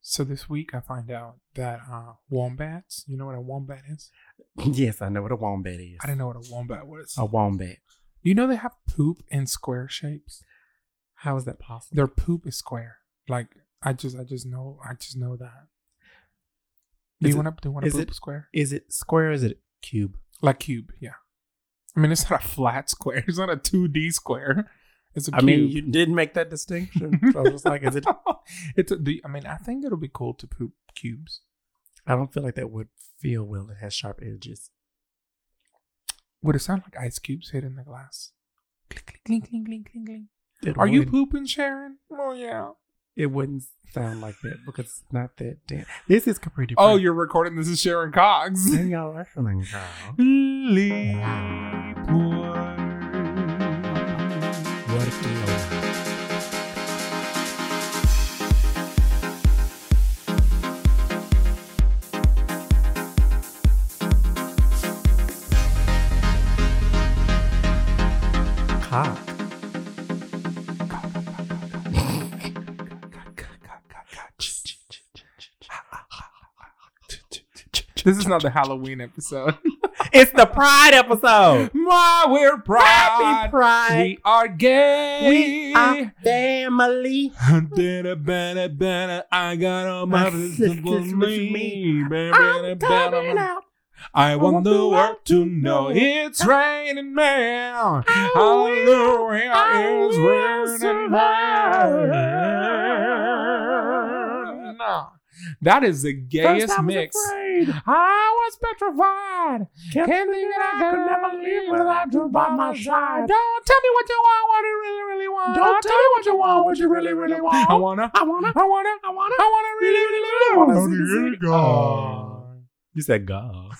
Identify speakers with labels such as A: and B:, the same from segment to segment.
A: So this week I find out that uh, wombats. You know what a wombat is?
B: yes, I know what a wombat is.
A: I didn't know what a wombat was.
B: A wombat.
A: You know they have poop in square shapes.
B: How is that possible?
A: Their poop is square. Like I just, I just know, I just know that. Do
B: Is
A: you
B: it-
A: want to? Do you want to
B: is
A: poop
B: it-
A: square?
B: Is it square? Or is it cube?
A: Like cube, yeah. I mean, it's not a flat square. It's not a two D square. It's a
B: I
A: cube.
B: mean, you didn't make that distinction. so I was just like, is it?
A: it's a, do you- I mean, I think it'll be cool to poop cubes.
B: I don't feel like that would feel well. It has sharp edges.
A: Would it sound like ice cubes hit in the glass? Clink, clink, clink, clink, clink, clink.
B: It
A: Are you
B: would-
A: pooping, Sharon? Oh yeah.
B: It wouldn't sound like that because it's not that damn. This is Capri.
A: Oh, you're recording. This is Sharon Cox.
B: Dang y'all listening, girl. What if we are? Cock.
A: This is not the Halloween episode.
B: It's the Pride
A: Oh.
B: episode.
A: My, we're proud.
B: Happy Pride.
A: We are gay.
B: We are family.
A: Better, better, better. I got all my
B: My sisters
A: sisters with
B: with
A: me.
B: me.
A: Better,
B: I'm
A: better,
B: coming
A: better.
B: out.
A: I want the world to know
B: know
A: it's raining man.
B: will- I
A: Hallelujah, it's
B: will
A: raining man.
B: survive.
A: No. That is the
B: First
A: gayest
B: I was
A: mix.
B: afraid.
A: I was petrified.
B: Can't
A: Can't think that I could never live without you by my side. Don't tell me what you want, what you really, really want.
B: Don't tell me what you want, what you really, really want.
A: I wanna,
B: I wanna.
A: I wanna, I wanna, I wanna really, really, really wanna.
B: Oh,
A: sing,
B: dear
A: sing.
B: God.
A: Oh.
B: You said God.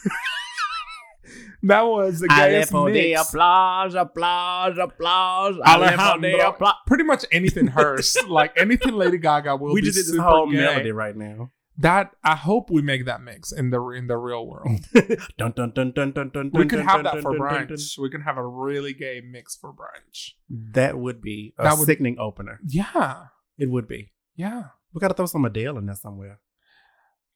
A: That was the
B: I
A: gayest
B: live for the
A: mix.
B: applause, applause, applause. I live for the
A: Alejandro.
B: applause.
A: Pretty much anything Hearst, like anything Lady Gaga will
B: we
A: be
B: just did this
A: super
B: whole
A: gay.
B: melody right now.
A: That I hope we make that mix in the in the real world.
B: Dun, dun, dun, dun, dun, dun,
A: We
B: dun,
A: could
B: dun,
A: have
B: dun,
A: that
B: dun,
A: for
B: dun, dun, dun.
A: brunch. We can have a really gay mix for brunch.
B: That would be a
A: That would-
B: sickening opener.
A: Yeah,
B: It would be.
A: yeah.
B: We gotta throw some Adele in there somewhere.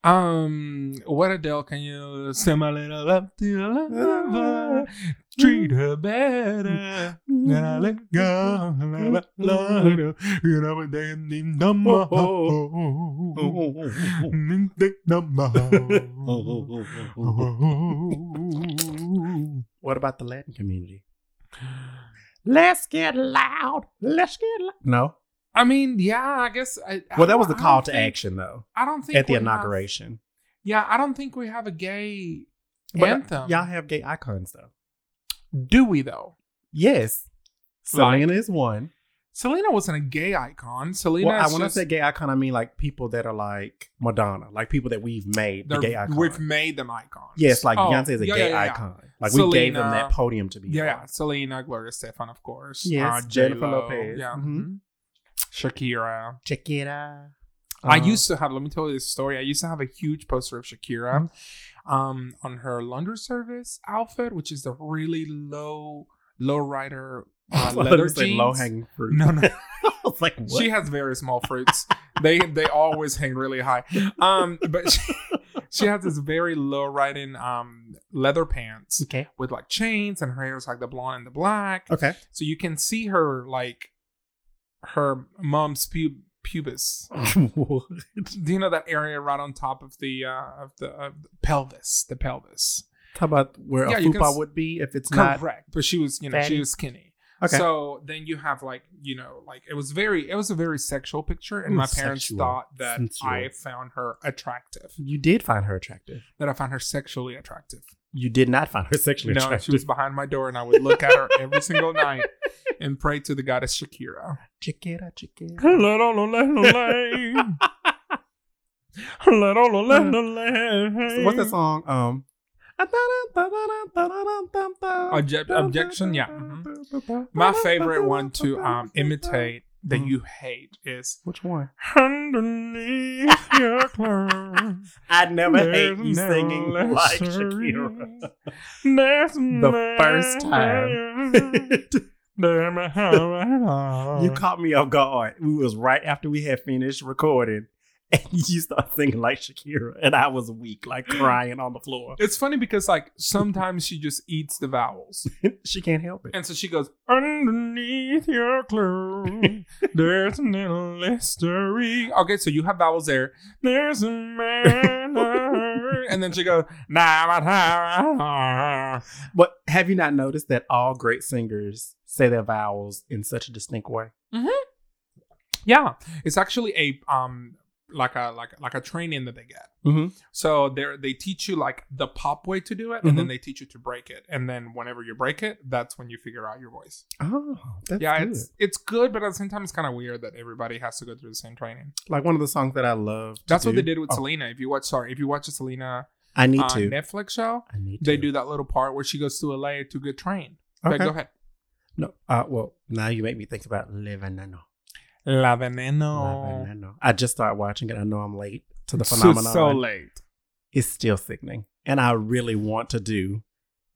A: Um, what Adele can you send my little love to your lover?
B: Ah.
A: Treat her better. Then I let go. Love, love, you know, but then in
B: Oh,
A: the mo- Ning, ding, dong,
B: Oh,
A: dong.
B: What about the Latin community? Let's get loud. Let's get loud. No.
A: I mean, yeah, I guess. I, I
B: Well, that was the
A: don't- I
B: call
A: don't
B: to
A: think-
B: action, though,
A: I don't think
B: at the
A: we have-
B: inauguration.
A: yeah, I don't think we have a gay
B: But, uh,
A: anthem.
B: Y'all have gay icons, though.
A: Do we though?
B: Yes.
A: Like-
B: Selena is one.
A: Selena wasn't a gay icon. Selena,
B: Well, I
A: is
B: want to
A: just-
B: say gay icon, I mean like people that are like Madonna, like people that we've made the
A: they're-
B: gay icon.
A: we've made them icons.
B: yes, like
A: Oh,
B: Beyonce is a
A: yeah,
B: gay
A: yeah, yeah.
B: icon. Like we gave them
A: Selena.
B: that podium to be.
A: Yeah, yeah,
B: on.
A: Selena, Gloria Stefan, of course. Uh,
B: Yes, Jennifer
A: J-Lo,
B: Lopez.
A: Yeah, mm-hmm.
B: Mhm.
A: Shakira.
B: Check it out.
A: I
B: Uh,
A: used to have. Let me tell you this story. I used to have a huge poster of Shakira,
B: Mm-hmm.
A: um, on her laundry service outfit, which is the really low, low rider uh,
B: Well, Um, I
A: leather
B: was gonna say
A: jeans.
B: low hanging fruit.
A: No, no,
B: I was like, what?
A: she has very small fruits. they they always hang really high. Um, but she, she has this very low riding um leather pants
B: okay.
A: with like chains, and her hair is like the blonde and the black.
B: Okay.
A: So you can see her like her mom's pu- pubis. Do you know that area right on top of the uh, of the of the pelvis, the pelvis?
B: How about where
A: Yeah,
B: a
A: you can
B: fupa
A: s-
B: would be if it's
A: Correct.
B: not?
A: but she was, you know, she
B: fatty.
A: was skinny.
B: Okay.
A: So then you have like, you know, like it was very it was a very sexual picture and
B: Ooh,
A: my parents
B: sexual.
A: thought that
B: Sensual.
A: I found her attractive.
B: you did find her attractive.
A: That I found her sexually attractive.
B: You did not find her sexually
A: no,
B: attractive.
A: she was behind my door and I would look at her every single night and pray to the goddess Shakira.
B: check it out, check it out.
A: What's
B: What's that
A: song?
B: song? Um,
A: Object- objection, yeah, Mm-hmm. My favorite one to um, imitate that
B: Mhm.
A: you hate is
B: Which one?
A: underneath your clothes.
B: I never
A: there's
B: hate you
A: no
B: singing like
A: luxury.
B: Shakira.
A: There's
B: The first
A: nothing there.
B: you caught me off guard. We was right after we had finished recording, and you start singing like Shakira, and I was weak, like crying on the floor.
A: It's funny because like sometimes she just eats the vowels.
B: she can't help it.
A: And so she goes, Underneath your clothes, there's an little mystery. Okay, so you have vowels there. There's a man. and then she goes, nah, nah, nah, nah.
B: But have you not noticed that all great singers say their vowels in such a distinct way?
A: Yeah. It's actually a um like a like like a training that they get.
B: Mm-hmm.
A: So they they teach you like the pop way to do it, and then they teach you to break it. And then whenever you break it, that's when you figure out your voice.
B: Oh, that's
A: yeah,
B: good.
A: it's it's good, but at the same time, it's kind of weird that everybody has to go through the same training.
B: like one of the songs that I love. to
A: That's what
B: do-
A: they did with
B: Oh,
A: Selena. If you watch, sorry, if you watch the Selena
B: I need
A: uh,
B: to.
A: Netflix show,
B: I need
A: they
B: to.
A: do that little part where she goes to LA to get trained. Okay.
B: Okay.
A: go ahead.
B: No. Uh, well, now you make me think about Le Veneno.
A: La
B: Le
A: Veneno.
B: Veneno. I just started watching it. I know I'm late to the
A: So-
B: phenomenon.
A: so late.
B: It's still sickening, and I really want to do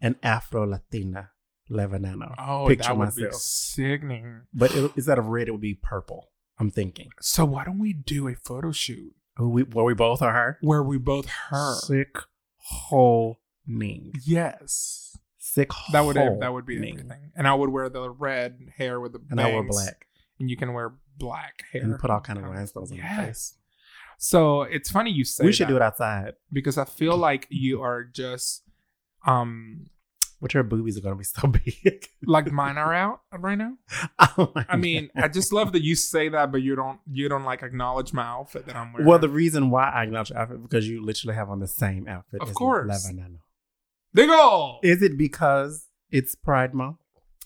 B: an Afro Latina Le Veneno.
A: Oh,
B: Picture
A: that would be
B: myself.
A: sickening.
B: But it, instead of red, it would be purple. I'm thinking.
A: So why don't we do a photo shoot
B: Oh, we, were we both are her?
A: where we both her?
B: Sick whole ning.
A: Yes.
B: Sick
A: That would
B: whole
A: that would be
B: ning.
A: everything. And I would wear the red hair with the
B: And I wore
A: bangs,
B: black.
A: And you can wear black hair.
B: And put all kind of rhinestones on my face.
A: Yes. So it's funny you say
B: We should
A: that
B: do it outside.
A: because I feel like you are just um
B: But your boobies are gonna be so big.
A: like mine are out right now.
B: Oh my
A: I mean, I just love that you say that, but you don't you don't like acknowledge my outfit that I'm
B: God.
A: wearing.
B: well, the reason why I acknowledge your outfit because you literally have on the same outfit.
A: Of
B: as
A: course.
B: Lebanon.
A: Big ol'.
B: Is it because it's Pride Month?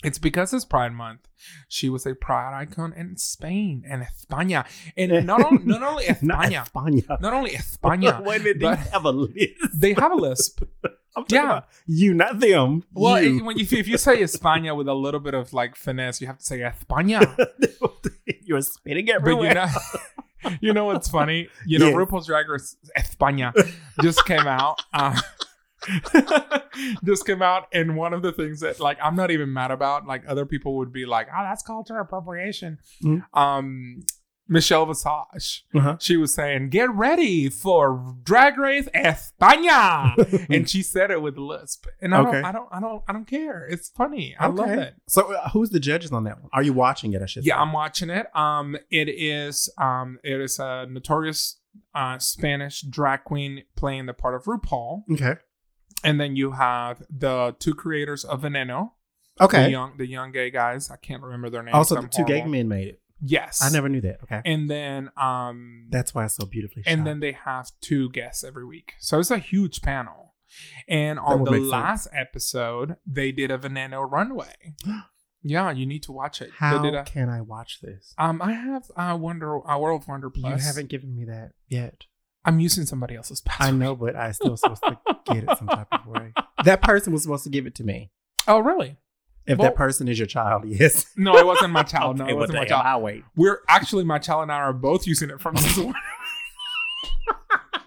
A: It's because it's Pride Month. She was a pride icon in Spain and España, and not on, not only
B: Not
A: España,
B: España.
A: not only España.
B: Wait a minute, do you
A: But-
B: have a list?
A: They have a lisp.
B: I'm talking
A: Yeah.
B: about you, not them.
A: Well,
B: you.
A: it- when you if you say España with a little bit of like finesse, you have to say España.
B: you're spitting everywhere.
A: But you know, you know what's funny? You know,
B: Yeah.
A: RuPaul's Drag Race España just came out. Uh, just came out, and one of the things that like I'm not even mad about, like other people would be like, "Oh, that's culture appropriation."
B: Mhm.
A: Um, Michelle Visage,
B: Uh-huh.
A: she was saying, "Get ready for Drag Race España," and she said it with a lisp. And I
B: Hmm. Okay.
A: don't, I don't, I don't, I don't care. It's funny. I love
B: Okay.
A: it.
B: So, uh, who's the judges on that one? Are you watching it? I should.
A: Yeah,
B: say?
A: I'm watching it. Um, it is um, it is a notorious uh Spanish drag queen playing the part of RuPaul,
B: Okay.
A: and then you have the two creators of Veneno, the
B: Okay.
A: young the young gay guys. I can't remember their names.
B: Also,
A: I'm
B: the two gay
A: horrible.
B: men made it.
A: Yes,
B: I never knew that. Okay.
A: And then um,
B: That's why it's so beautifully shot.
A: and then they have two guests every week, so it's a huge panel. And
B: That
A: on
B: would
A: the
B: make sense.
A: last episode, they did a Veneno runway. yeah, you need to watch it.
B: how
A: they did a,
B: can I watch this?
A: Um, I have uh, Wonder uh, World of Wonder Plus.
B: You haven't given me that yet.
A: I'm using somebody else's password.
B: I know, but I still supposed to get it some type of way. That person was supposed to give it to me.
A: Oh, really?
B: If
A: Well-
B: that person is your child, yes.
A: No, it wasn't my child. No,
B: Okay,
A: it
B: well,
A: wasn't my
B: damn,
A: child.
B: I'll wait.
A: We're actually my child and I are both using it from this one.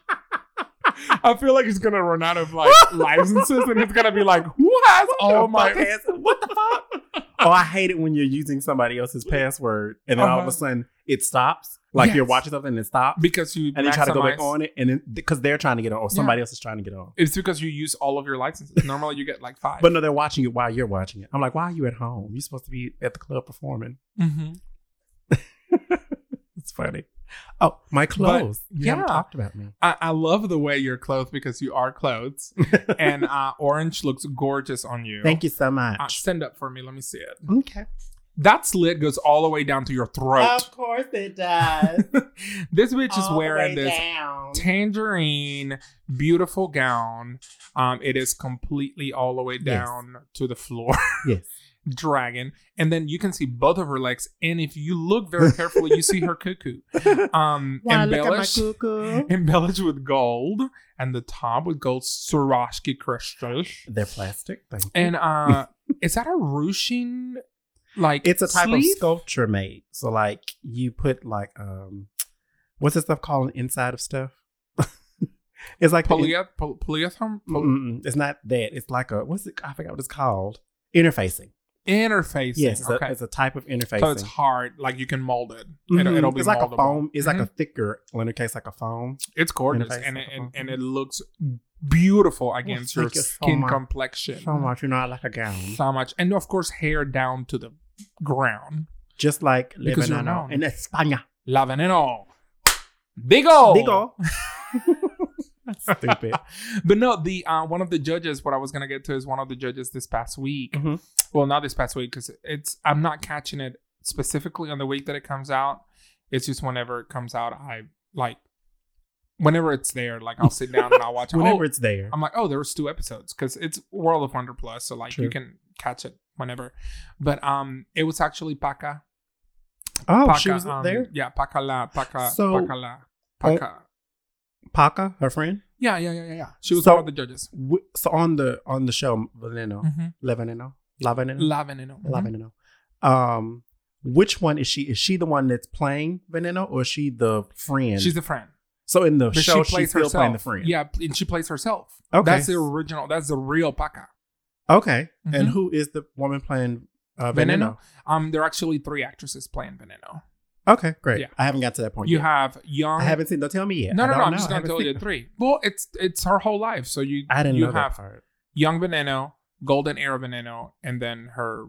A: I feel like he's gonna run out of like licenses, and he's gonna be like, "Who has all
B: Oh my!
A: my?"
B: what the fuck? oh, I hate it when you're using somebody else's password and then all of
A: Uh-huh.
B: a sudden it stops. Like you're
A: Yes.
B: watching something and it stops,
A: Because you
B: and you try to go back
A: maximize-
B: on it, and then because they're trying to get on, or somebody else is trying to get on.
A: It's because you use all of your licenses. Normally, you get like five.
B: But no, they're watching it while you're watching it. I'm like, why are you at home? You're supposed to be at the club performing.
A: Mhm.
B: It's funny. Oh, my clothes. you haven't
A: yeah.
B: talked about me.
A: I, I love the way you're clothed because you are clothes, and uh, orange looks gorgeous on you.
B: Thank you so
A: Uh,
B: much.
A: stand up for me. Let me see it.
B: Okay.
A: That slit goes all the way down to your throat.
B: course it does. Oh.
A: this bitch is wearing this
B: Down.
A: tangerine, beautiful gown. Um, it is completely all the way
B: Yes.
A: down to the floor,
B: Yes.
A: dragon. And then you can see both of her legs. And if you look very carefully, you see her cuckoo. Um, embellished,
B: cuckoo.
A: embellished with gold, and the top with gold Swarovski crystals.
B: They're plastic. Thank you.
A: And uh, is that a ruching? Like
B: it's a type
A: sleeve?
B: of sculpture made. So like you put like um, what's this stuff called inside of stuff? it's like the in-
A: Polyeth- poly- polyethylene?
B: Mm, mm, mm. it's not that. It's like a what's it? I forgot what it's called. Interfacing.
A: Interfacing.
B: Yes, it's,
A: okay.
B: a, it's a type of interfacing.
A: so it's hard. Like you can mold it. It'll,
B: Mhm.
A: it'll be
B: it's like a
A: moldable.
B: foam. It's
A: Mhm.
B: like a thicker liner case, like a foam.
A: It's gorgeous,
B: Interface
A: and
B: like
A: it,
B: a
A: and,
B: phone.
A: and it looks beautiful against your
B: thank you so
A: skin
B: much.
A: complexion.
B: So much, you know, I like a gown.
A: So much, and of course, hair down to the ground.
B: Just like
A: Because you're
B: Lebanon
A: known.
B: in España.
A: La veneno. Big ol'.
B: Big ol'. Stupid.
A: But no, the uh, one of the judges. What I was gonna get to is one of the judges this past week.
B: Mhm.
A: Well, not this past week because it's I'm not catching it specifically on the week that it comes out. It's just whenever it comes out, I like whenever it's there. Like I'll sit down and I'll watch. it.
B: Whenever
A: Oh,
B: it's there.
A: I'm like, oh, there was two episodes because it's World of Wonder Plus, so like you
B: True.
A: can catch it whenever. But um, it was actually Paca.
B: Oh,
A: Paca,
B: she was
A: um,
B: there.
A: Yeah, Paca la Paca
B: So- oh.
A: Paca la Paca.
B: Paca, her friend.
A: yeah, yeah, yeah, yeah, yeah. She was
B: So-
A: one of the judges.
B: W- So on the on the show, Veneno,
A: Mm-hmm.
B: Lebaneno, Lebaneno,
A: La Veneno. Mhm.
B: Lebaneno. Um, which one is she? Is she the one that's playing Veneno, or is she the friend?
A: She's a friend.
B: so in the
A: But she
B: show, she's
A: plays
B: still
A: herself.
B: playing the friend.
A: Yeah, pl- and she plays herself.
B: Okay.
A: That's the original. That's the real Paca.
B: Okay. And
A: Mhm.
B: who is the woman playing uh,
A: Veneno?
B: Veneno?
A: Um, there are actually three actresses playing Veneno.
B: Okay, great.
A: Yeah.
B: I haven't got to that point
A: You
B: yet.
A: have young.
B: Oh, I haven't seen. Don't tell me yet.
A: no,
B: I
A: no,
B: don't
A: no. I'm
B: know.
A: just
B: I
A: gonna
B: haven't
A: tell you
B: seen-
A: the three. Well, it's it's her whole life. So you
B: I didn't
A: you
B: know
A: have
B: that part.
A: young Veneno, golden era Veneno, and then her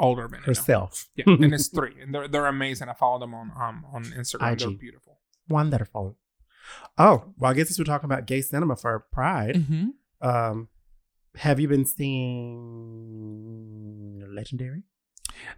A: older Veneno.
B: Herself.
A: Yeah, and it's three, and they're they're amazing. I follow them on um on Instagram. They're
B: IG.
A: beautiful.
B: Wonderful. Oh, well, I guess since we're talking about gay cinema for Pride,
A: Mm-hmm.
B: um, have you been seeing Legendary?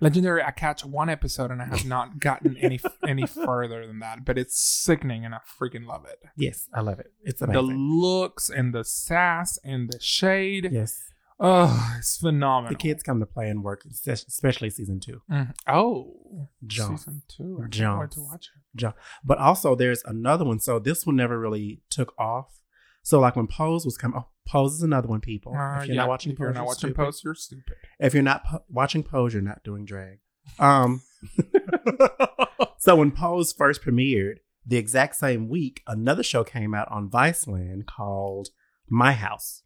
A: Legendary. I catch one episode and I have not gotten any any further than that, but it's sickening and I freaking love it.
B: Yes, I love it. It's
A: the
B: amazing.
A: looks and the sass and the shade.
B: yes,
A: Oh, it's phenomenal.
B: the kids come to play and work, es- especially season two.
A: Mhm. Oh,
B: Jump.
A: season two. I can't
B: Jump.
A: wait to watch it.
B: But also, there's another one. So this one never really took off. So like when Pose was coming, oh, Pose is another one. People,
A: Uh,
B: if you're
A: yeah,
B: not watching,
A: if you're
B: Pose,
A: not
B: you're
A: watching
B: stupid.
A: Post, you're stupid.
B: if you're not po- watching Pose, you're not doing drag. Um, so when Pose first premiered, the exact same week, another show came out on Viceland called My House.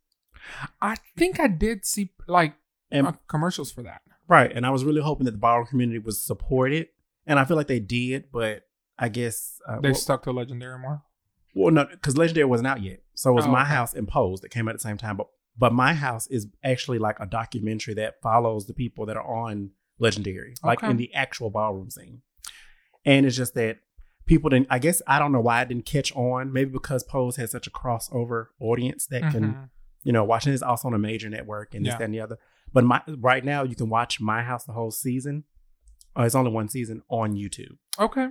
A: I think I did see like
B: And
A: uh, commercials for that.
B: right, and I was really hoping that the ballroom community was supported, and I feel like they did, but I guess uh,
A: They
B: well,
A: stuck to Legendary more.
B: well, no, because Legendary wasn't out yet, so it was
A: Oh,
B: My
A: okay.
B: House and Pose that came out at the same time. But but My House is actually like a documentary that follows the people that are on Legendary, like
A: Okay.
B: in the actual ballroom scene. And it's just that people didn't. I guess I don't know why it didn't catch on. Maybe because Pose has such a crossover audience that can
A: Mhm.
B: you know, watching this also on a major network and this,
A: Yeah.
B: that, and the other. But my right now you can watch My House the whole season. Uh, it's only one season on YouTube.
A: Okay.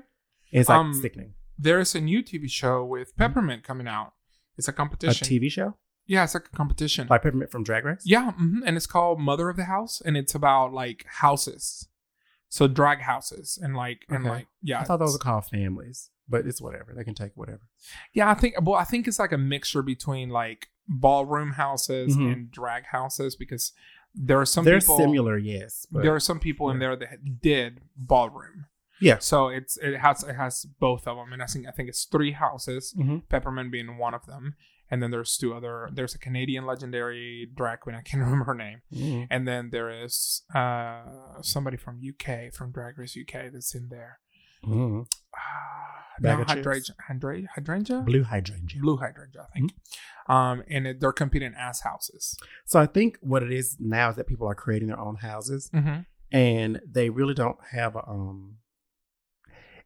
B: It's like
A: Um,
B: sickening.
A: There is a new TV show with Peppermint coming out. It's a
B: Mm-hmm. A
A: competition.
B: TV show
A: yeah, it's like a competition.
B: like Peppermint from Drag Race.
A: Yeah, hmm and it's called Mother of the House, and it's about like houses, so drag houses, and like and
B: Okay.
A: like yeah.
B: I thought those were called families, but it's whatever. They can take whatever.
A: yeah, I think well, I think it's like a mixture between like ballroom houses
B: Mhm.
A: and drag houses because there are some
B: They're
A: people,
B: similar, yes. But
A: There are some people in there that did ballroom.
B: Yeah.
A: So it's it has it has both of them, and I think I think it's three houses,
B: Mhm.
A: Peppermint being one of them, and then there's two other. There's a Canadian legendary drag queen I can't remember her name.
B: Mm.
A: and then there is uh somebody from UK from Drag Race UK that's in there. Uh,
B: Mm. Bag
A: no,
B: of chips?
A: hydrangea, hydrangea, hydrangea,
B: blue hydrangea. Hmm.
A: blue hydrangea, I think. Um, and it, they're competing as houses.
B: So I think what it is now is that people are creating their own houses.
A: Mm-hmm.
B: and they really don't have a, um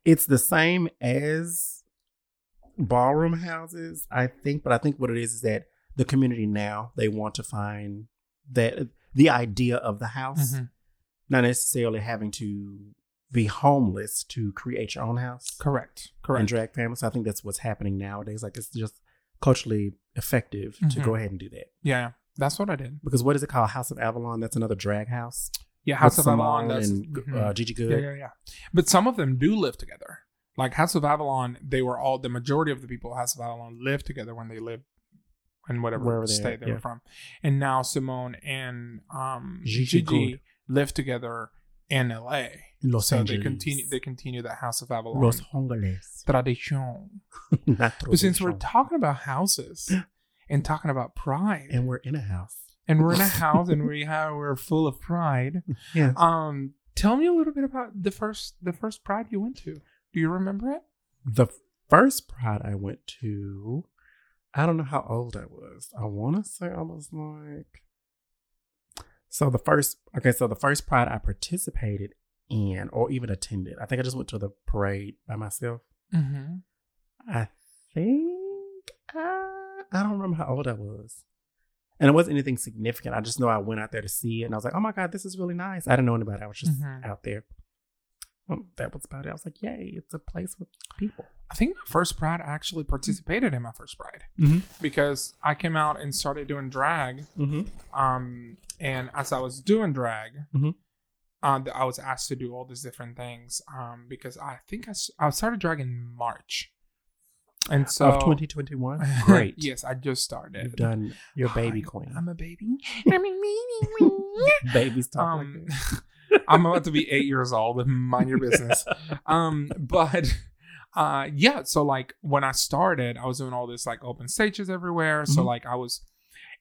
B: it's the same as ballroom houses i think but i think what it is is that the community now they want to find that the idea of the house
A: Mm-hmm.
B: not necessarily having to be homeless to create your own house
A: Correct.
B: and
A: Correct.
B: drag families so i think that's what's happening nowadays like it's just culturally effective to
A: Mhm.
B: go ahead and do that
A: yeah, that's what I did.
B: because what is it called house of avalon that's another drag house
A: Yeah, House
B: With
A: of Avalon.
B: Simone
A: That's,
B: and
A: mhm.
B: uh, gigi good
A: yeah, yeah, yeah. But some of them do live together. Like House of Avalon, they were all the majority of the people of House of Avalon lived together when they lived in whatever
B: Wherever they
A: state
B: at,
A: they
B: yeah.
A: were from. And now Simone and um,
B: Gigi
A: Gigi,
B: Good.
A: live together in LA.
B: Los
A: so
B: Angeles.
A: they continue they continue the House of Avalon
B: Los Angeles.
A: tradition.
B: Not
A: But since we're
B: traditional.
A: talking about houses and talking about pride,
B: and we're in a house.
A: and we're in a house and we have we're full of pride.
B: Yes.
A: Um, tell me a little bit about the first the first pride you went to. Do you remember it?
B: The first pride I went to, I don't know how old I was. I want to say I was like. So the first, okay, so the first pride I participated in or even attended, I think I just went to the parade by myself.
A: Mm-hmm.
B: I think I, I don't remember how old I was. And it wasn't anything significant. I just know I went out there to see it and I was like, oh my God, this is really nice. I didn't know anybody. I was just
A: Mhm.
B: out there. Well, that was about it. I was like, yay, it's a place with people.
A: I think my first pride I actually participated in my first pride
B: Mm-hmm.
A: because I came out and started doing drag.
B: Mm-hmm.
A: Um, and as I was doing drag,
B: Mhm.
A: uh, th- I was asked to do all these different things. Um, because I think I, s- I started drag in March, and so
B: of 2021. Great.
A: yes, I just started.
B: You've done your baby
A: I-
B: queen.
A: I'm a baby. I'm a baby.
B: Babies talk
A: um,
B: like that.
A: I'm about to be eight years old. Mind your business. Um, but uh, yeah, so like when I started, I was doing all this like open stages everywhere. So
B: Mhm.
A: like I was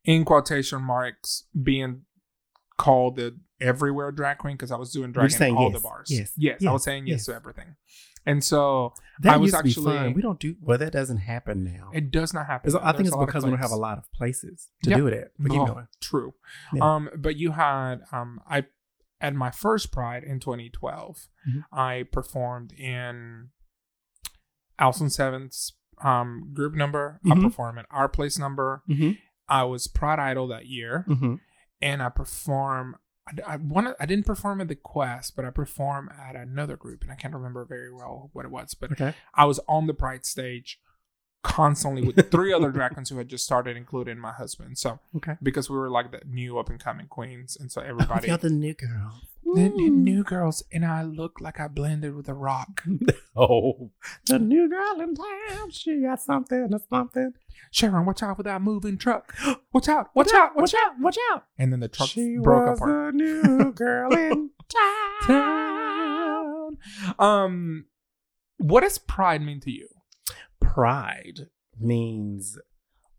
A: in quotation marks being called the everywhere drag queen because I was doing drag
B: You're
A: in
B: saying
A: all
B: yes,
A: the bars.
B: yes,
A: yes, I
B: yes,
A: was saying yes,
B: yes.
A: to everything, and so
B: That
A: I was
B: used to be
A: actually-
B: fun. We don't do, well, that doesn't happen now.
A: it does not happen.
B: It's- I think
A: There's
B: it's
A: a lot of
B: because we don't
A: cliques.
B: have a lot of places to
A: Yeah.
B: do it at. But keep
A: Oh,
B: going.
A: True.
B: Yeah.
A: Um, but you had um, I at my first Pride in 2012,
B: Mhm.
A: I performed in Alson Seventh's um group number.
B: Mhm.
A: I performed at our place number.
B: Mm-hmm.
A: I was Pride Idol that year,
B: Mm-hmm.
A: and I perform. I, I wanna- I didn't perform at the Quest, but I perform at another group, and I can't remember very well what it was. But
B: Okay.
A: I was on the Pride stage constantly with three other drag queens who had just started, including my husband. So
B: Okay.
A: because we were like the new up and coming queens, and so everybody
B: Everybody. You're the new girl.
A: the, the new girls, and I looked like I blended with a rock.
B: Oh, the new girl in town. She got something or something.
A: Sharon, watch out for that moving truck! Watch out! Watch out! Watch out! Watch out! And then the truck
B: she
A: broke
B: was
A: apart.
B: the new girl in
A: Down.
B: town.
A: Um, what does pride mean to you?
B: Pride means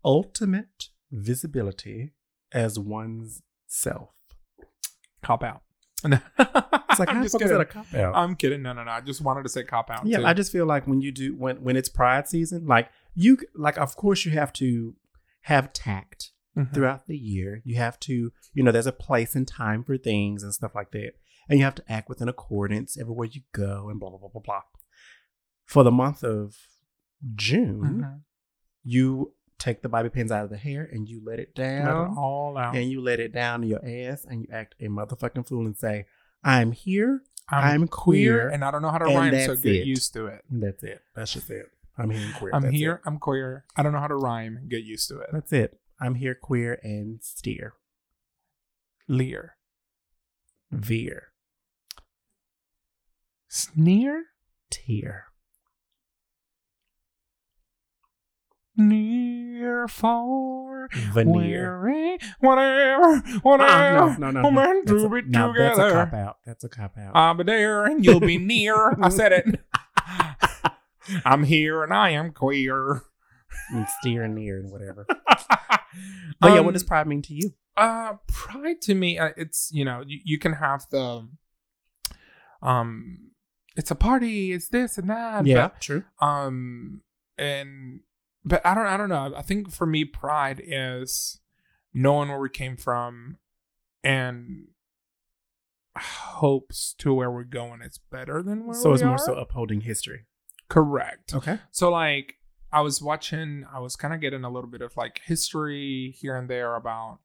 B: ultimate visibility as one's self.
A: Cop out.
B: It's like,
A: I'm
B: how the
A: just
B: fuck is that a
A: kidding.
B: cop out?
A: I'm kidding. No, no, no. I just wanted to say cop out.
B: yeah,
A: too.
B: I just feel like when you do when when it's pride season, like you c- like of course you have to have tact
A: Mhm.
B: throughout the year. You have to, you know, there's a place and time for things and stuff like that. And you have to act with an accordance everywhere you go and blah blah blah blah blah. For the month of June,
A: Mhm.
B: you take the bobby pins out of the hair and you let it
A: Let it
B: down
A: all out.
B: and you let it down to your ass and you act a motherfucking fool and say, I'm here. I'm, queer.
A: queer, and I don't know how to
B: and
A: rhyme, so
B: that's
A: get
B: it.
A: used to it.
B: And that's it. That's just it. I'm here and queer.
A: I'm
B: That's
A: here.
B: it.
A: I'm queer. I don't know how to rhyme. Get used to it.
B: That's it. I'm here queer and steer.
A: Leer.
B: Veer.
A: Sneer?
B: Tear.
A: Near, far,
B: Veneer.
A: weary, whatever, whatever.
B: Ah, no, no,
A: we're
B: no, no.
A: meant
B: That's
A: to
B: a,
A: be
B: no, that's a cop
A: together.
B: out. That's a cop out.
A: I'll be there and you'll be near. Uh, I said it. I'm here and I am queer.
B: and steer and near and whatever. But
A: but
B: yeah, what does pride mean to you?
A: uh pride to me uh, it's you know you, you can have the um it's a party it's this and that
B: true.
A: but, um and but i don't i don't know i think for me pride is knowing where we came from and hopes to where we're going it's better than where
B: So
A: we
B: it's more
A: are.
B: so upholding history.
A: correct
B: Okay.
A: so like I was watching, I was kind of getting a little bit of like history here and there about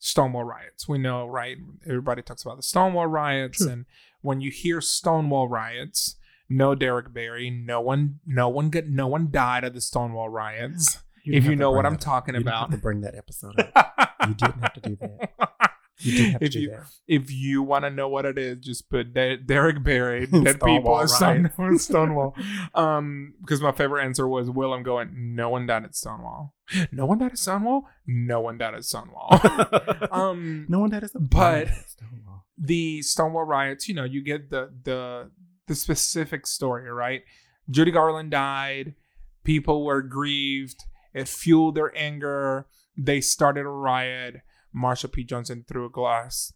A: Stonewall riots. We know, right? Everybody talks about the Stonewall riots,
B: True.
A: and when you hear Stonewall riots, no Derek Barry, no one, no one got, no one died at the Stonewall riots. if you know what I'm talking
B: you don't
A: about,
B: have to bring that episode up. You didn't have to do that. You did have to
A: If
B: do
A: you
B: that.
A: if you want to know what it is, just put De- Derek Barry,
B: Stonewall
A: dead people, at
B: riots.
A: Stonewall. Stonewall. Um, because my favorite answer was Will. I'm going. No one died at Stonewall. No one died at Stonewall. No one died at Stonewall. um,
B: no one that is a
A: but-
B: Stonewall.
A: the Stonewall riots. You know, you get the the the specific story, right? Judy Garland died. People were grieved. It fueled their anger. They started a riot. Marsha P. Johnson through a glass.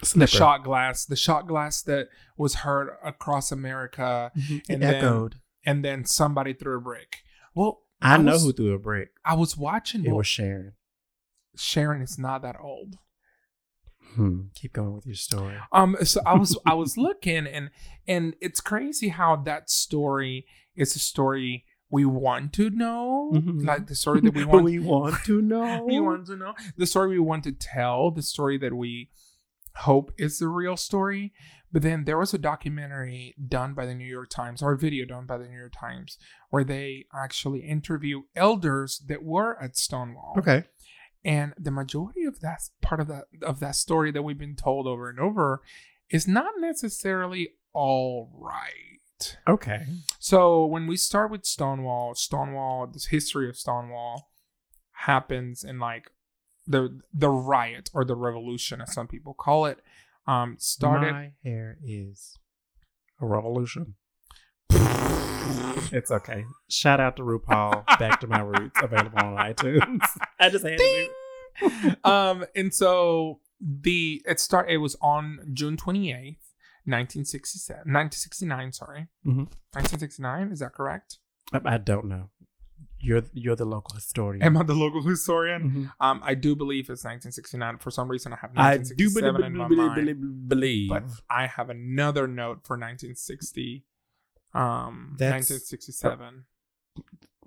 A: The
B: Slipper.
A: shot glass, the shot glass that was heard across America,
B: Mhm. It
A: and then-
B: echoed.
A: and then somebody threw a brick. Well,
B: I know
A: was-
B: who threw a brick.
A: I was watching.
B: It
A: well,
B: was Sharon.
A: Sharon is not that old.
B: Hmm. Keep going with your story.
A: Um, so I was I was looking and and it's crazy how that story is a story we want to know,
B: Mhm.
A: like the story that we
B: But
A: want
B: we want to know.
A: we want to know the story we want to tell, the story that we hope is the real story. But then there was a documentary done by the New York Times, or a video done by the New York Times, where they actually interview elders that were at Stonewall.
B: okay.
A: And the majority of that part of that of that story that we've been told over and over is not necessarily all right.
B: Okay.
A: So when we start with Stonewall, Stonewall, this history of Stonewall happens in like the the riot or the revolution, as some people call it, um, started.
B: My hair is a revolution. It's okay. Shout out to RuPaul. Back to my roots. Available on iTunes. I just had
A: Ding! um, and so the it start it was on June twenty eighth, nineteen sixty seven, nineteen sixty nine. Sorry,
B: Mhm.
A: sixty nine. Is that correct?
B: I, I don't know. You're you're the local historian.
A: Am I the local historian?
B: Mhm.
A: Um, I do believe it's nineteen sixty nine. For some reason, I have Mm-hmm.
B: I
A: nineteen
B: do
A: sixty
B: believe,
A: seven in my
B: believe,
A: mind.
B: believe, believe.
A: but I have another note for 1960, um,
B: That's-
A: 1967.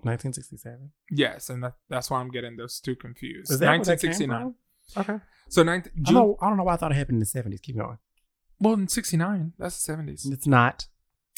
B: 1967.
A: Yes, and that, that's why I'm getting those two confused.
B: Is that where that came
A: 1969.
B: from? Okay.
A: So 19,
B: I,
A: June,
B: don't, I don't know why I thought it happened in the 70s. Keep going.
A: well, in 69, that's the 70s.
B: It's not.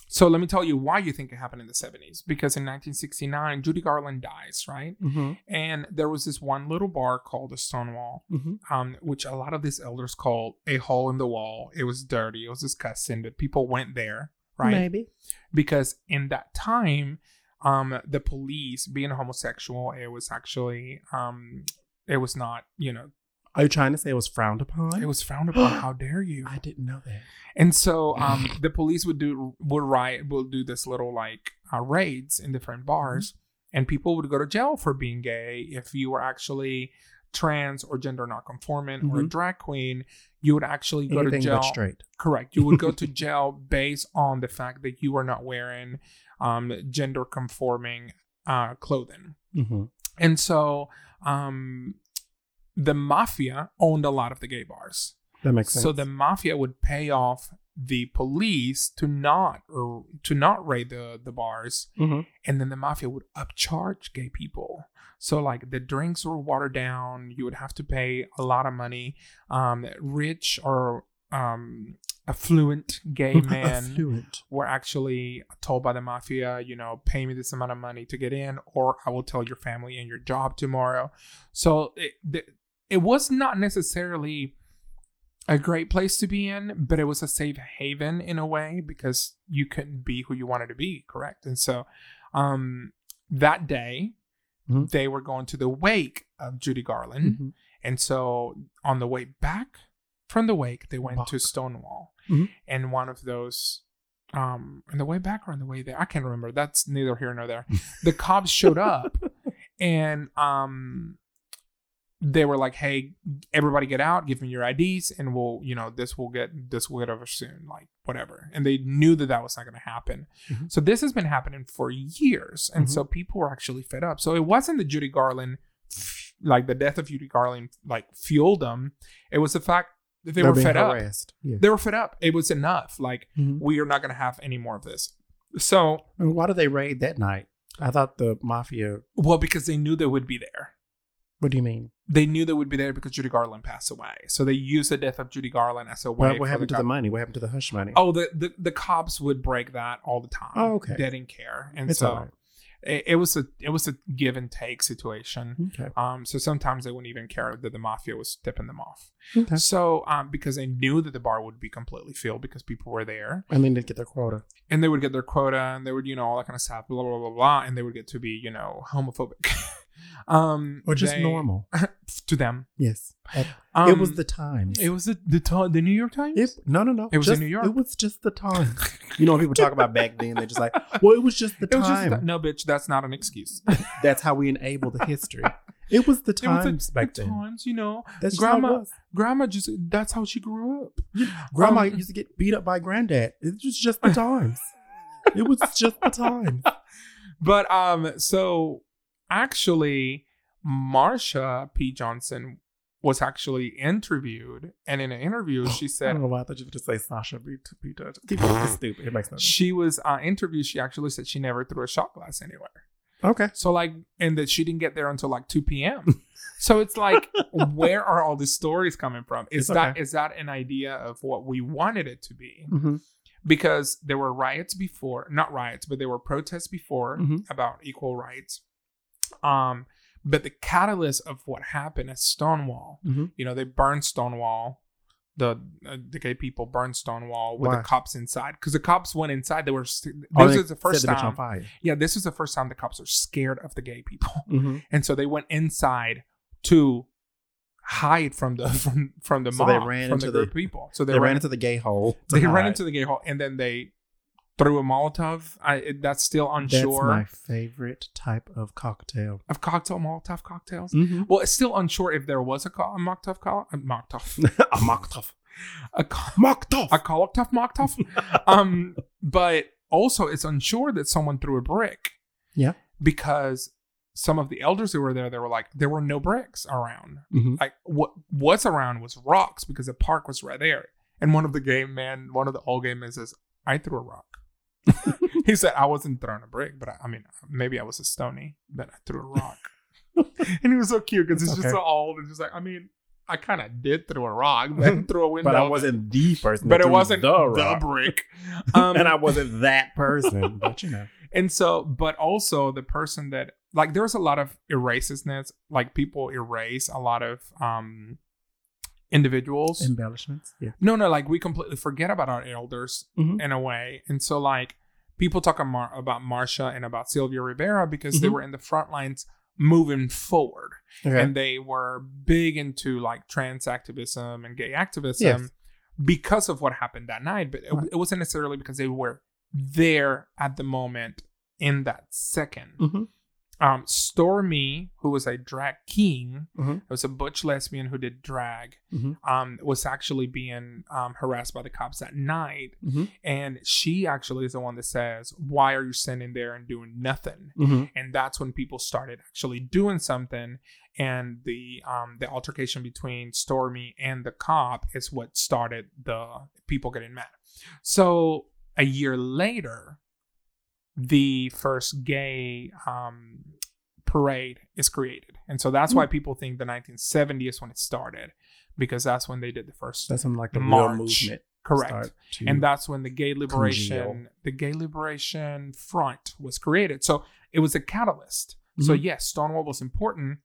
A: So let me tell you why you think it happened in the 70s. Because in 1969, Judy Garland dies, right?
B: Mm-hmm.
A: And there was this one little bar called the Stonewall,
B: Mm-hmm.
A: um, which a lot of these elders called a hole in the wall. It was dirty, it was disgusting, but people went there, right?
B: Maybe.
A: because in that time um the police being homosexual it was actually um it was not you know
B: Are you trying to say it was frowned upon?
A: it was frowned upon how dare you
B: I didn't know that.
A: and so um the police would do would riot would do this little like uh, raids in different bars
B: Mm-hmm.
A: and people would go to jail for being gay if you were actually trans or gender nonconforming or a
B: Mhm.
A: drag queen you would actually go
B: Anything
A: to jail
B: but straight.
A: Correct. You would go to jail based on the fact that you were not wearing um, gender conforming uh, clothing.
B: Mm-hmm.
A: And so um, the mafia owned a lot of the gay bars.
B: That makes sense.
A: So the mafia would pay off the police to not or to not raid the, the bars
B: Mhm.
A: and then the mafia would upcharge gay people. So like the drinks were watered down. You would have to pay a lot of money. Um, rich or um, affluent gay men
B: Affluent.
A: were actually told by the mafia, you know, pay me this amount of money to get in, or I will tell your family and your job tomorrow. So it th- it was not necessarily a great place to be in, but it was a safe haven in a way because you couldn't be who you wanted to be, correct? And so, um, that day.
B: Mhm.
A: They were going to the wake of Judy Garland,
B: Mhm.
A: and so on the way back from the wake, they went to
B: Back.
A: Stonewall.
B: Mhm.
A: And one of those, um, on the way back or on the way there, I can't remember. That's neither here nor there. The cops showed up and um, they were like, hey, everybody get out, give me your IDs, and we'll, you know, this will get, this will get over soon, like whatever. And they knew that that was not going to happen.
B: Mhm.
A: So this has been happening for years. And
B: Mhm.
A: so people were actually fed up. So it wasn't the Judy Garland f- like the death of Judy Garland like fueled them. It was the fact that they
B: They're
A: were
B: being
A: fed up.
B: harassed. Yeah.
A: They were fed up. It was enough. Like
B: Mhm.
A: we are not going to have any more of this. So,
B: And why did they raid that night? I thought the mafia.
A: well, because they knew they would be there.
B: What do you mean?
A: They knew they would be there because Judy Garland passed away. So they used the death of Judy Garland as a way.
B: What, what
A: for
B: happened to
A: gov-
B: the money? What happened to the hush money?
A: Oh, the, the the cops would break that all the time.
B: Oh, okay.
A: They didn't care, and
B: it's
A: so
B: all right.
A: it, it was a it was a give and take situation.
B: Okay.
A: Um, so sometimes they wouldn't even care that the mafia was tipping them off.
B: Okay.
A: So, um, because they knew that the bar would be completely filled because people were there
B: And then they get their quota.
A: and they would get their quota and they would, you know, all that kind of stuff, blah, blah, blah, blah. And they would get to be, you know, homophobic. um,
B: Or just
A: they-
B: normal.
A: to them.
B: Yes.
A: Um,
B: it was the times.
A: it was the, the, Ti- the New York Times.
B: It, no, no, no.
A: It was in
B: Just-
A: New York.
B: It was just the time. You know, when people talk about back then, they're just like, well, it was just the
A: It was
B: time.
A: just, no, bitch, that's not an excuse.
B: That's how we enable the history. It was the
A: It was
B: times
A: the-
B: back
A: the
B: then.
A: times, you know.
B: That's just
A: Grandma-
B: how it was.
A: Grandma just that's how she grew up.
B: Grandma
A: Um,
B: used to get beat up by granddad. It was just the times. it was just the times.
A: But um, so actually, Marsha P. Johnson was actually interviewed, and in an interview, she
B: I don't
A: said
B: know why I thought you were to say Sasha beat beat up. People are stupid. It makes no sense.
A: she was uh, interviewed. She actually said she never threw a shot glass anywhere.
B: Okay.
A: So like, and that she didn't get there until like two p.m. So it's like, where are all these stories coming from? Is
B: It's
A: that is
B: okay.
A: that an idea of what we wanted it to be?
B: Mhm.
A: Because there were riots before, not riots, but there were protests before
B: Mhm.
A: about equal rights. Um, but the catalyst of what happened at Stonewall,
B: Mhm.
A: you know, they burned Stonewall. The uh, the gay people burned Stonewall with
B: Why?
A: the cops inside because the cops went inside. They were st-
B: Oh,
A: this
B: they
A: is the first
B: set bitch
A: time.
B: on fire.
A: Yeah, this is the first time the cops are scared of the gay people
B: Mhm.
A: and so they went inside to hide from the from from the
B: So
A: mob
B: they ran
A: from
B: into
A: the
B: the-
A: group of people. So
B: They,
A: they,
B: ran,
A: ran,
B: into the gay hole. to
A: they ran
B: hide.
A: into the gay hall and then they threw a Molotov. I, it- that's still unsure
B: That's my favorite type of cocktail.
A: of cocktail Molotov cocktails.
B: Mm-hmm.
A: Well, it's still unsure if there was a, co- a Molotov call a Molotov
B: a mocktail.
A: a co-
B: Mocktail.
A: a Molotov Molotov. um, but also it's unsure that someone threw a brick.
B: Yeah.
A: because some of the elders who were there, they were like, there were no bricks around.
B: Mhm.
A: like what what's around was rocks because the park was right there. And one of the gay men, one of the old gay men says, I threw a rock. he said, I wasn't throwing a brick, but I, I mean, maybe I was a stony, but I threw a rock. and he was so cute because he's
B: It's
A: just
B: okay.
A: so old and just like, I mean, I kind of did throw a rock, then throw a window.
B: But I wasn't the
A: but
B: person. that
A: it
B: threw
A: wasn't
B: the,
A: the,
B: rock.
A: brick. Um,
B: and I wasn't that person. but you know,
A: and so, but also the person that like there's a lot of eraselessness. Like people erase a lot of um individuals.
B: embellishments. Yeah.
A: no, no, like we completely forget about our elders
B: Mhm.
A: in a way. And so like people talk amar- about Marsha and about Sylvia Rivera because they
B: Mhm.
A: were in the front lines moving forward
B: Okay.
A: and they were big into like trans activism and gay activism
B: Yes.
A: because of what happened that night but it,
B: Right.
A: it wasn't necessarily because they were there at the moment in that 2nd
B: Mhm.
A: um stormy who was a drag king
B: Mhm.
A: it was a butch lesbian who did drag
B: Mhm.
A: um was actually being um harassed by the cops that night
B: Mhm.
A: and she actually is the one that says why are you sitting there and doing nothing
B: Mhm.
A: and that's when people started actually doing something and the um the altercation between stormy and the cop is what started the people getting mad so a year later the first gay um parade is created and so that's why
B: Mm.
A: people think the 1970 is when it started because that's when they did the first
B: That's when like the real
A: March.
B: movement.
A: correct
B: start to-
A: and that's when the gay liberation
B: Congeal.
A: the gay liberation front was created so it was a catalyst so
B: Mhm.
A: yes stonewall was important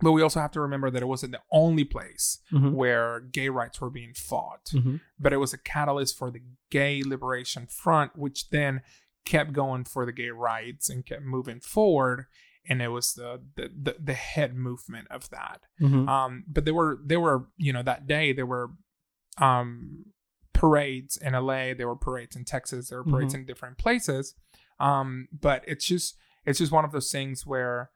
A: but we also have to remember that it wasn't the only place
B: Mhm.
A: where gay rights were being fought
B: Mhm.
A: but it was a catalyst for the gay liberation front which then kept going for the gay rights and kept moving forward and it was the the, the, the head movement of that
B: Mhm.
A: um, but there were there were you know that day there were um, parades in LA. There were parades in Texas. There were parades in different places. Um, but it's just it's just one of those things where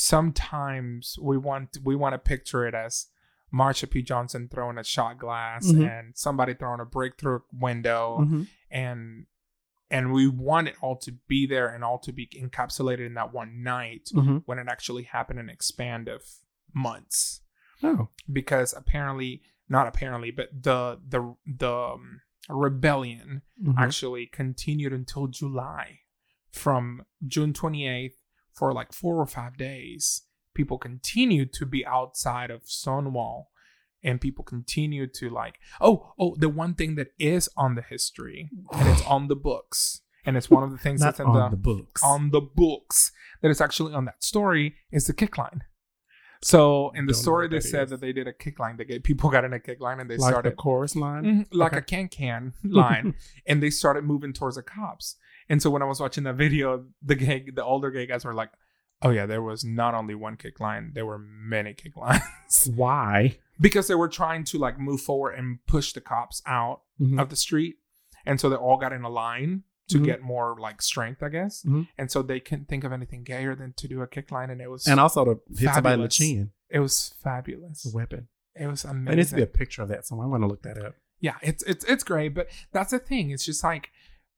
A: sometimes we want we want to picture it as Marsha P. Johnson throwing a shot glass
B: Mhm.
A: and somebody throwing a brick through a window
B: Mhm.
A: and and we want it all to be there and all to be encapsulated in that one night
B: Mhm.
A: when it actually happened in expand of months
B: Oh.
A: because apparently not apparently but the the the um, rebellion
B: Mhm.
A: actually continued until july from june 28th for like four or five days people continued to be outside of stonewall and people continued to like oh oh the one thing that is on the history and it's on the books and it's one of the things
B: Oh. Not
A: that's in
B: on
A: the
B: the books.
A: on the books that is actually on that story is the kick line. So in the
B: Don't know
A: story,
B: what
A: they
B: that
A: said
B: is.
A: that they did a kick line. They get people got in a kick line and they
B: like the
A: started
B: chorus line.
A: Mhm, like
B: Okay.
A: a can can line, and they started moving towards the cops. And so when I was watching that video, the gay, the older gay guys were like, "Oh yeah, there was not only one kick line, there were many kick lines
B: Why?
A: because they were trying to like move forward and push the cops out
B: Mhm.
A: of the street." And so they all got in a line to
B: Mhm.
A: get more like strength, I guess.
B: Mhm.
A: And so they couldn't think of anything gayer than to do a kick line, and it was
B: And also to hit somebody in the
A: Fabulous.
B: chin.
A: it was fabulous.
B: It's a weapon.
A: It was
B: There needs to be a
A: amazing.
B: picture of that somewhere. I'm going to look that up.
A: Yeah, it's it's it's great, but that's the thing. It's just like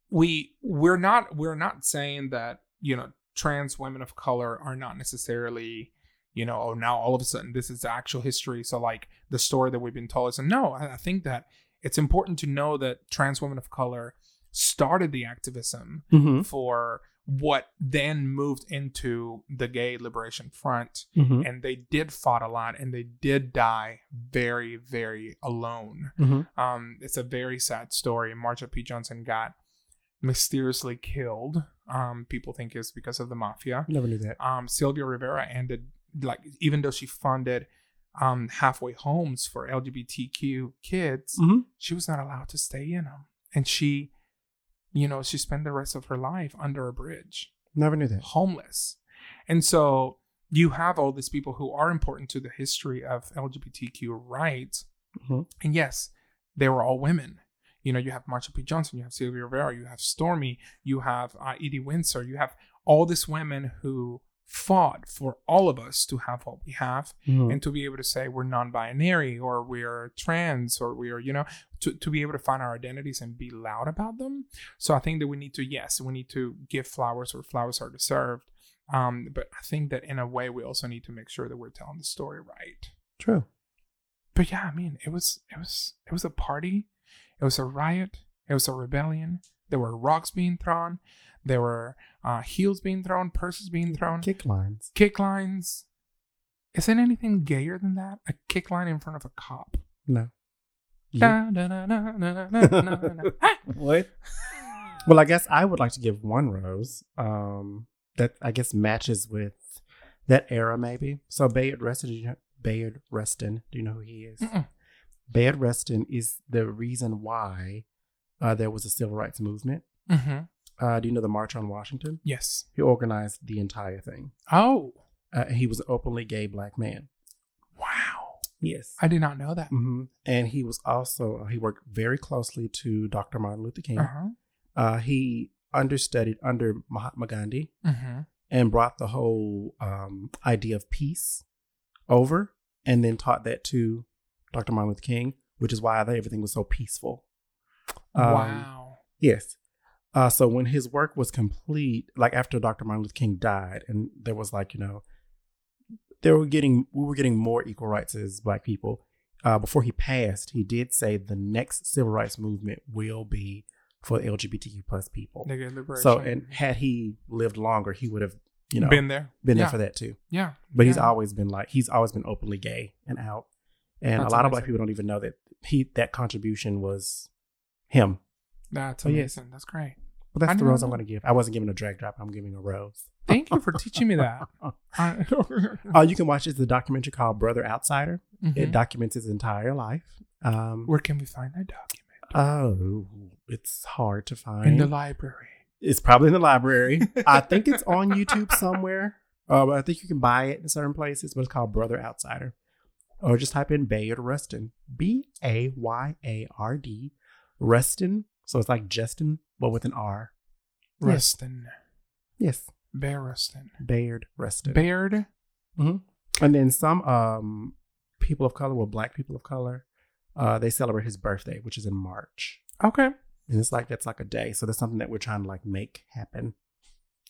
A: we we're not we're not saying that you know trans women of color are not necessarily you know oh now all of a sudden this is the actual history. So like the story that we've been told is no. I, I think that it's important to know that trans women of color started the activism
B: Mm-hmm.
A: for what then moved into the gay liberation front
B: Mm-hmm.
A: and they did fought a lot and they did die very very alone
B: Mhm.
A: um it's a very sad story marsha p johnson got mysteriously killed um people think it's because of the mafia
B: Never knew that.
A: um sylvia rivera ended like even though she funded um halfway homes for lgbtq kids
B: Mhm.
A: she was not allowed to stay in them and she you know she spent the rest of her life under a bridge
B: Never knew that.
A: homeless and so you have all these people who are important to the history of lgbtq rights
B: Mhm.
A: and yes they were all women you know you have marsha p johnson you have sylvia rivera you have stormy you have uh, edie windsor you have all these women who fought for all of us to have what we have
B: Mhm.
A: and to be able to say we're non-binary or we're trans or we're you know to, to be able to find our identities and be loud about them so i think that we need to yes we need to give flowers where flowers are deserved um but i think that in a way we also need to make sure that we're telling the story right
B: True.
A: but yeah i mean it was it was it was a party it was a riot it was a rebellion there were rocks being thrown there were uh, heels being thrown purses being thrown
B: Kick lines.
A: kick lines. Isn't anything gayer than that? A kick line in front of a cop.
B: No.
A: Da, da, da, da, da, da, da, da, da. Ah!
B: What? Well, I guess I would like to give one rose. Um, that I guess matches with that era, maybe. So Bayard Rustin, do you know, Bayard Rustin, do you know who he is?
A: Mm-mm.
B: Bayard Rustin is the reason why uh, there was a civil rights movement.
A: Mhm.
B: Uh, do you know the March on Washington?
A: Yes.
B: He organized the entire thing.
A: Oh,
B: Uh, he was an openly gay black man.
A: wow.
B: Yes.
A: I did not know that.
B: hmm And he was also he worked very closely to Dr. Martin Luther King.
A: Uh-huh.
B: Uh, he understudied under Mahatma Gandhi. Um,
A: Mhm.
B: and brought the whole um, idea of peace over and then taught that to Dr. Martin Luther King, which is why everything was so peaceful. Um,
A: wow.
B: Yes. Uh, so when his work was complete, like after Dr. Martin Luther King died, and there was like, you know, they were getting we were getting more equal rights as black people. Uh, before he passed, he did say the next civil rights movement will be for LGBTQ plus people.
A: The gay liberation.
B: So and had he lived longer, he would have, you know,
A: been there.
B: been
A: yeah.
B: there for that too.
A: Yeah.
B: But he's
A: Yeah.
B: always been like he's always been openly gay and out. And
A: That's
B: a lot of black
A: amazing.
B: people don't even know that he that contribution was him.
A: That's
B: Oh, yes.
A: amazing. That's great.
B: But that's
A: I
B: the
A: know.
B: rose I'm gonna give. I wasn't giving a drag drop, I'm giving a rose.
A: Thank you for teaching me that. I-
B: Uh, you can watch it's a documentary called Brother Outsider. It
A: Mhm.
B: documents his entire life. Um
A: Where can we find that document?
B: oh it's hard to
A: In the
B: find.
A: library.
B: it's probably in the library. I think it's on YouTube somewhere. Uh, but I think you can buy it in certain places, but it's called Brother Outsider. Or just type in Bayard Rustin. B A Y A R D. Rustin. So it's like Justin, but with an R. Yes.
A: Rustin.
B: Yes.
A: Bear Rustin.
B: Bayard Rustin.
A: Baird.
B: and then some um people of color, well, black people of color, uh, they celebrate his birthday, which is in March.
A: Okay.
B: And it's like that's like a day. So that's something that we're trying to like make happen.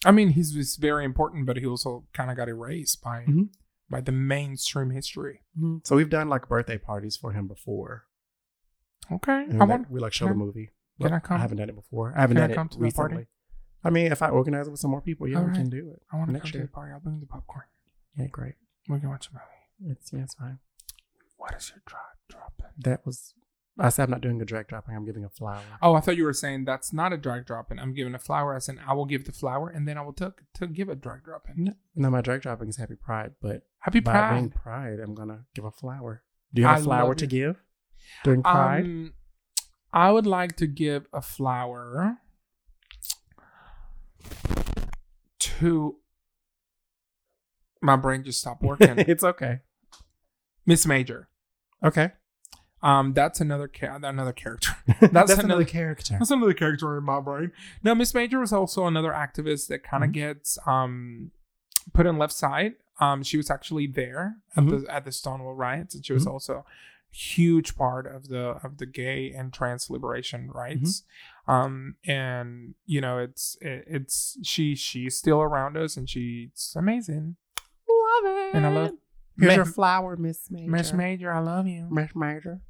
A: I mean, he's, he's very important, but he also kind of got erased by
B: Mhm.
A: by the mainstream history.
B: So we've done like birthday parties for him before.
A: Okay,
B: And
A: I
B: we,
A: want.
B: like, we like show
A: can
B: the
A: I-
B: movie.
A: can
B: But
A: I come?
B: I haven't done it before. I haven't
A: Can I
B: done
A: come
B: it
A: to the party?
B: recently. I mean, if I organize it with some more people, yeah,
A: All
B: we
A: right.
B: can do it.
A: I want to
B: next
A: come to
B: year.
A: the party. I'll bring the popcorn.
B: Yeah, great.
A: We can watch a movie.
B: It's yeah, it's fine.
A: What is your drop drop?
B: That was I said I'm not doing a drag dropping. I'm giving a flower.
A: Oh, I thought you were saying that's not a drag drop in. I'm giving a flower. I said I will give the flower, and then I will took to give a drag drop in.
B: No, no, my drag dropping is Happy Pride, but
A: Happy
B: by
A: Pride.
B: being Pride, I'm gonna give a flower. Do you have
A: I
B: a flower
A: love
B: to
A: it.
B: give during Pride?
A: Um, I would like to give a flower to. My brain just stopped working.
B: it's okay.
A: Miss Major.
B: Okay.
A: Um, that's another ca- another character.
B: That's,
A: another-
B: another, character.
A: That's another character in my brain. Now, Miss Major was also another activist that kind of
B: Mhm.
A: gets um, put on left side. Um, she was actually there at
B: Mm-hmm.
A: the at the Stonewall riots, and she was
B: Mhm.
A: also a huge part of the of the gay and trans liberation rights.
B: Mm-hmm.
A: Um, and you know, it's it, it's she she's still around us, and she's amazing.
B: Love it.
A: And I love
B: Here's
A: Miss-
B: your flower, Miss Major.
A: Miss Major. I love you.
B: Miss Major.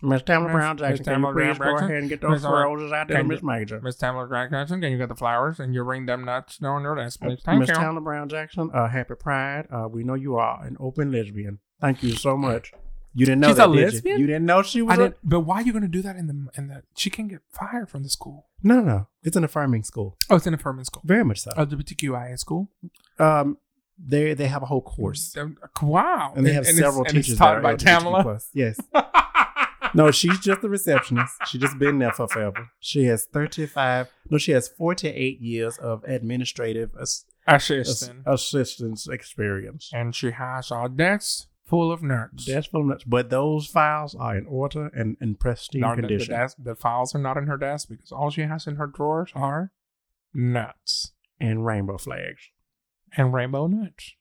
B: Miss Tamla
A: Miss-
B: Brown
A: Miss
B: Jackson. Can you
A: Tamla Brown
B: please go
A: Jackson?
B: ahead and get those
A: Miss uh, Ar-
B: roses out there,
A: Can
B: Miss Major?
A: Miss Tamla Grant Johnson, can you get the flowers and you bring them nuts down your desk, please? Thank
B: Oh, Miss
A: you.
B: Tamla Brown Jackson, uh, happy Pride. Uh, we know you are an open lesbian. Thank you so much. You didn't know
A: She's
B: that,
A: a
B: did you?
A: lesbian?
B: You? didn't know she
A: I
B: was. A-
A: didn't, but why are you going to do that in the in the? She can get fired from the school.
B: no, no, no. It's an affirming school,
A: Oh, it's an affirming school.
B: very much so.
A: LGBTQIA school.
B: Um, they they have a whole course,
A: Um, Wow.
B: and they have
A: it's-
B: several
A: and
B: teachers
A: It's
B: that
A: taught
B: are
A: by Tamala.
B: LGBTQ+. Yes. No, she's just the receptionist. She just been there for forever. She has thirty five. No, she has forty eight years of administrative ass- ass-
A: Assistant.
B: assistance experience.
A: And she has a desk full of nerds.
B: That's full nuts. But those files are in order and in pristine
A: Now, the- the,
B: condition.
A: desk- the files are not in her desk because all she has in her drawers are nuts
B: and rainbow flags.
A: and rainbow nuts.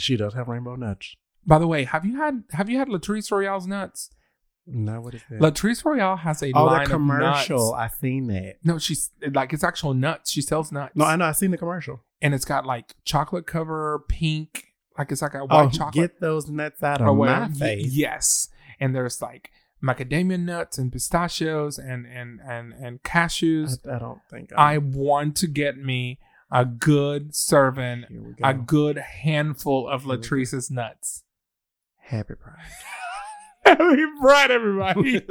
B: she does have rainbow nuts.
A: By the way, have you had have you had Latrice Royale's nuts?
B: No, what is that?
A: Latrice Royale has a
B: oh,
A: line
B: that
A: of
B: commercial.
A: nuts.
B: I seen that.
A: No, she's like it's actual nuts. She sells nuts.
B: No, I know. I seen the commercial.
A: and it's got like chocolate cover, pink, like it's like a white
B: oh,
A: chocolate
B: get those nuts out of
A: or whatever.
B: my
A: Oh, Y-
B: face.
A: Yes, and there's like macadamia nuts and pistachios and and and and cashews.
B: I, I don't think
A: I want to get me a good serving,
B: Here we go.
A: a good handful of
B: Here we go.
A: Latrice's nuts.
B: Happy Pride.
A: Happy Pride, everybody!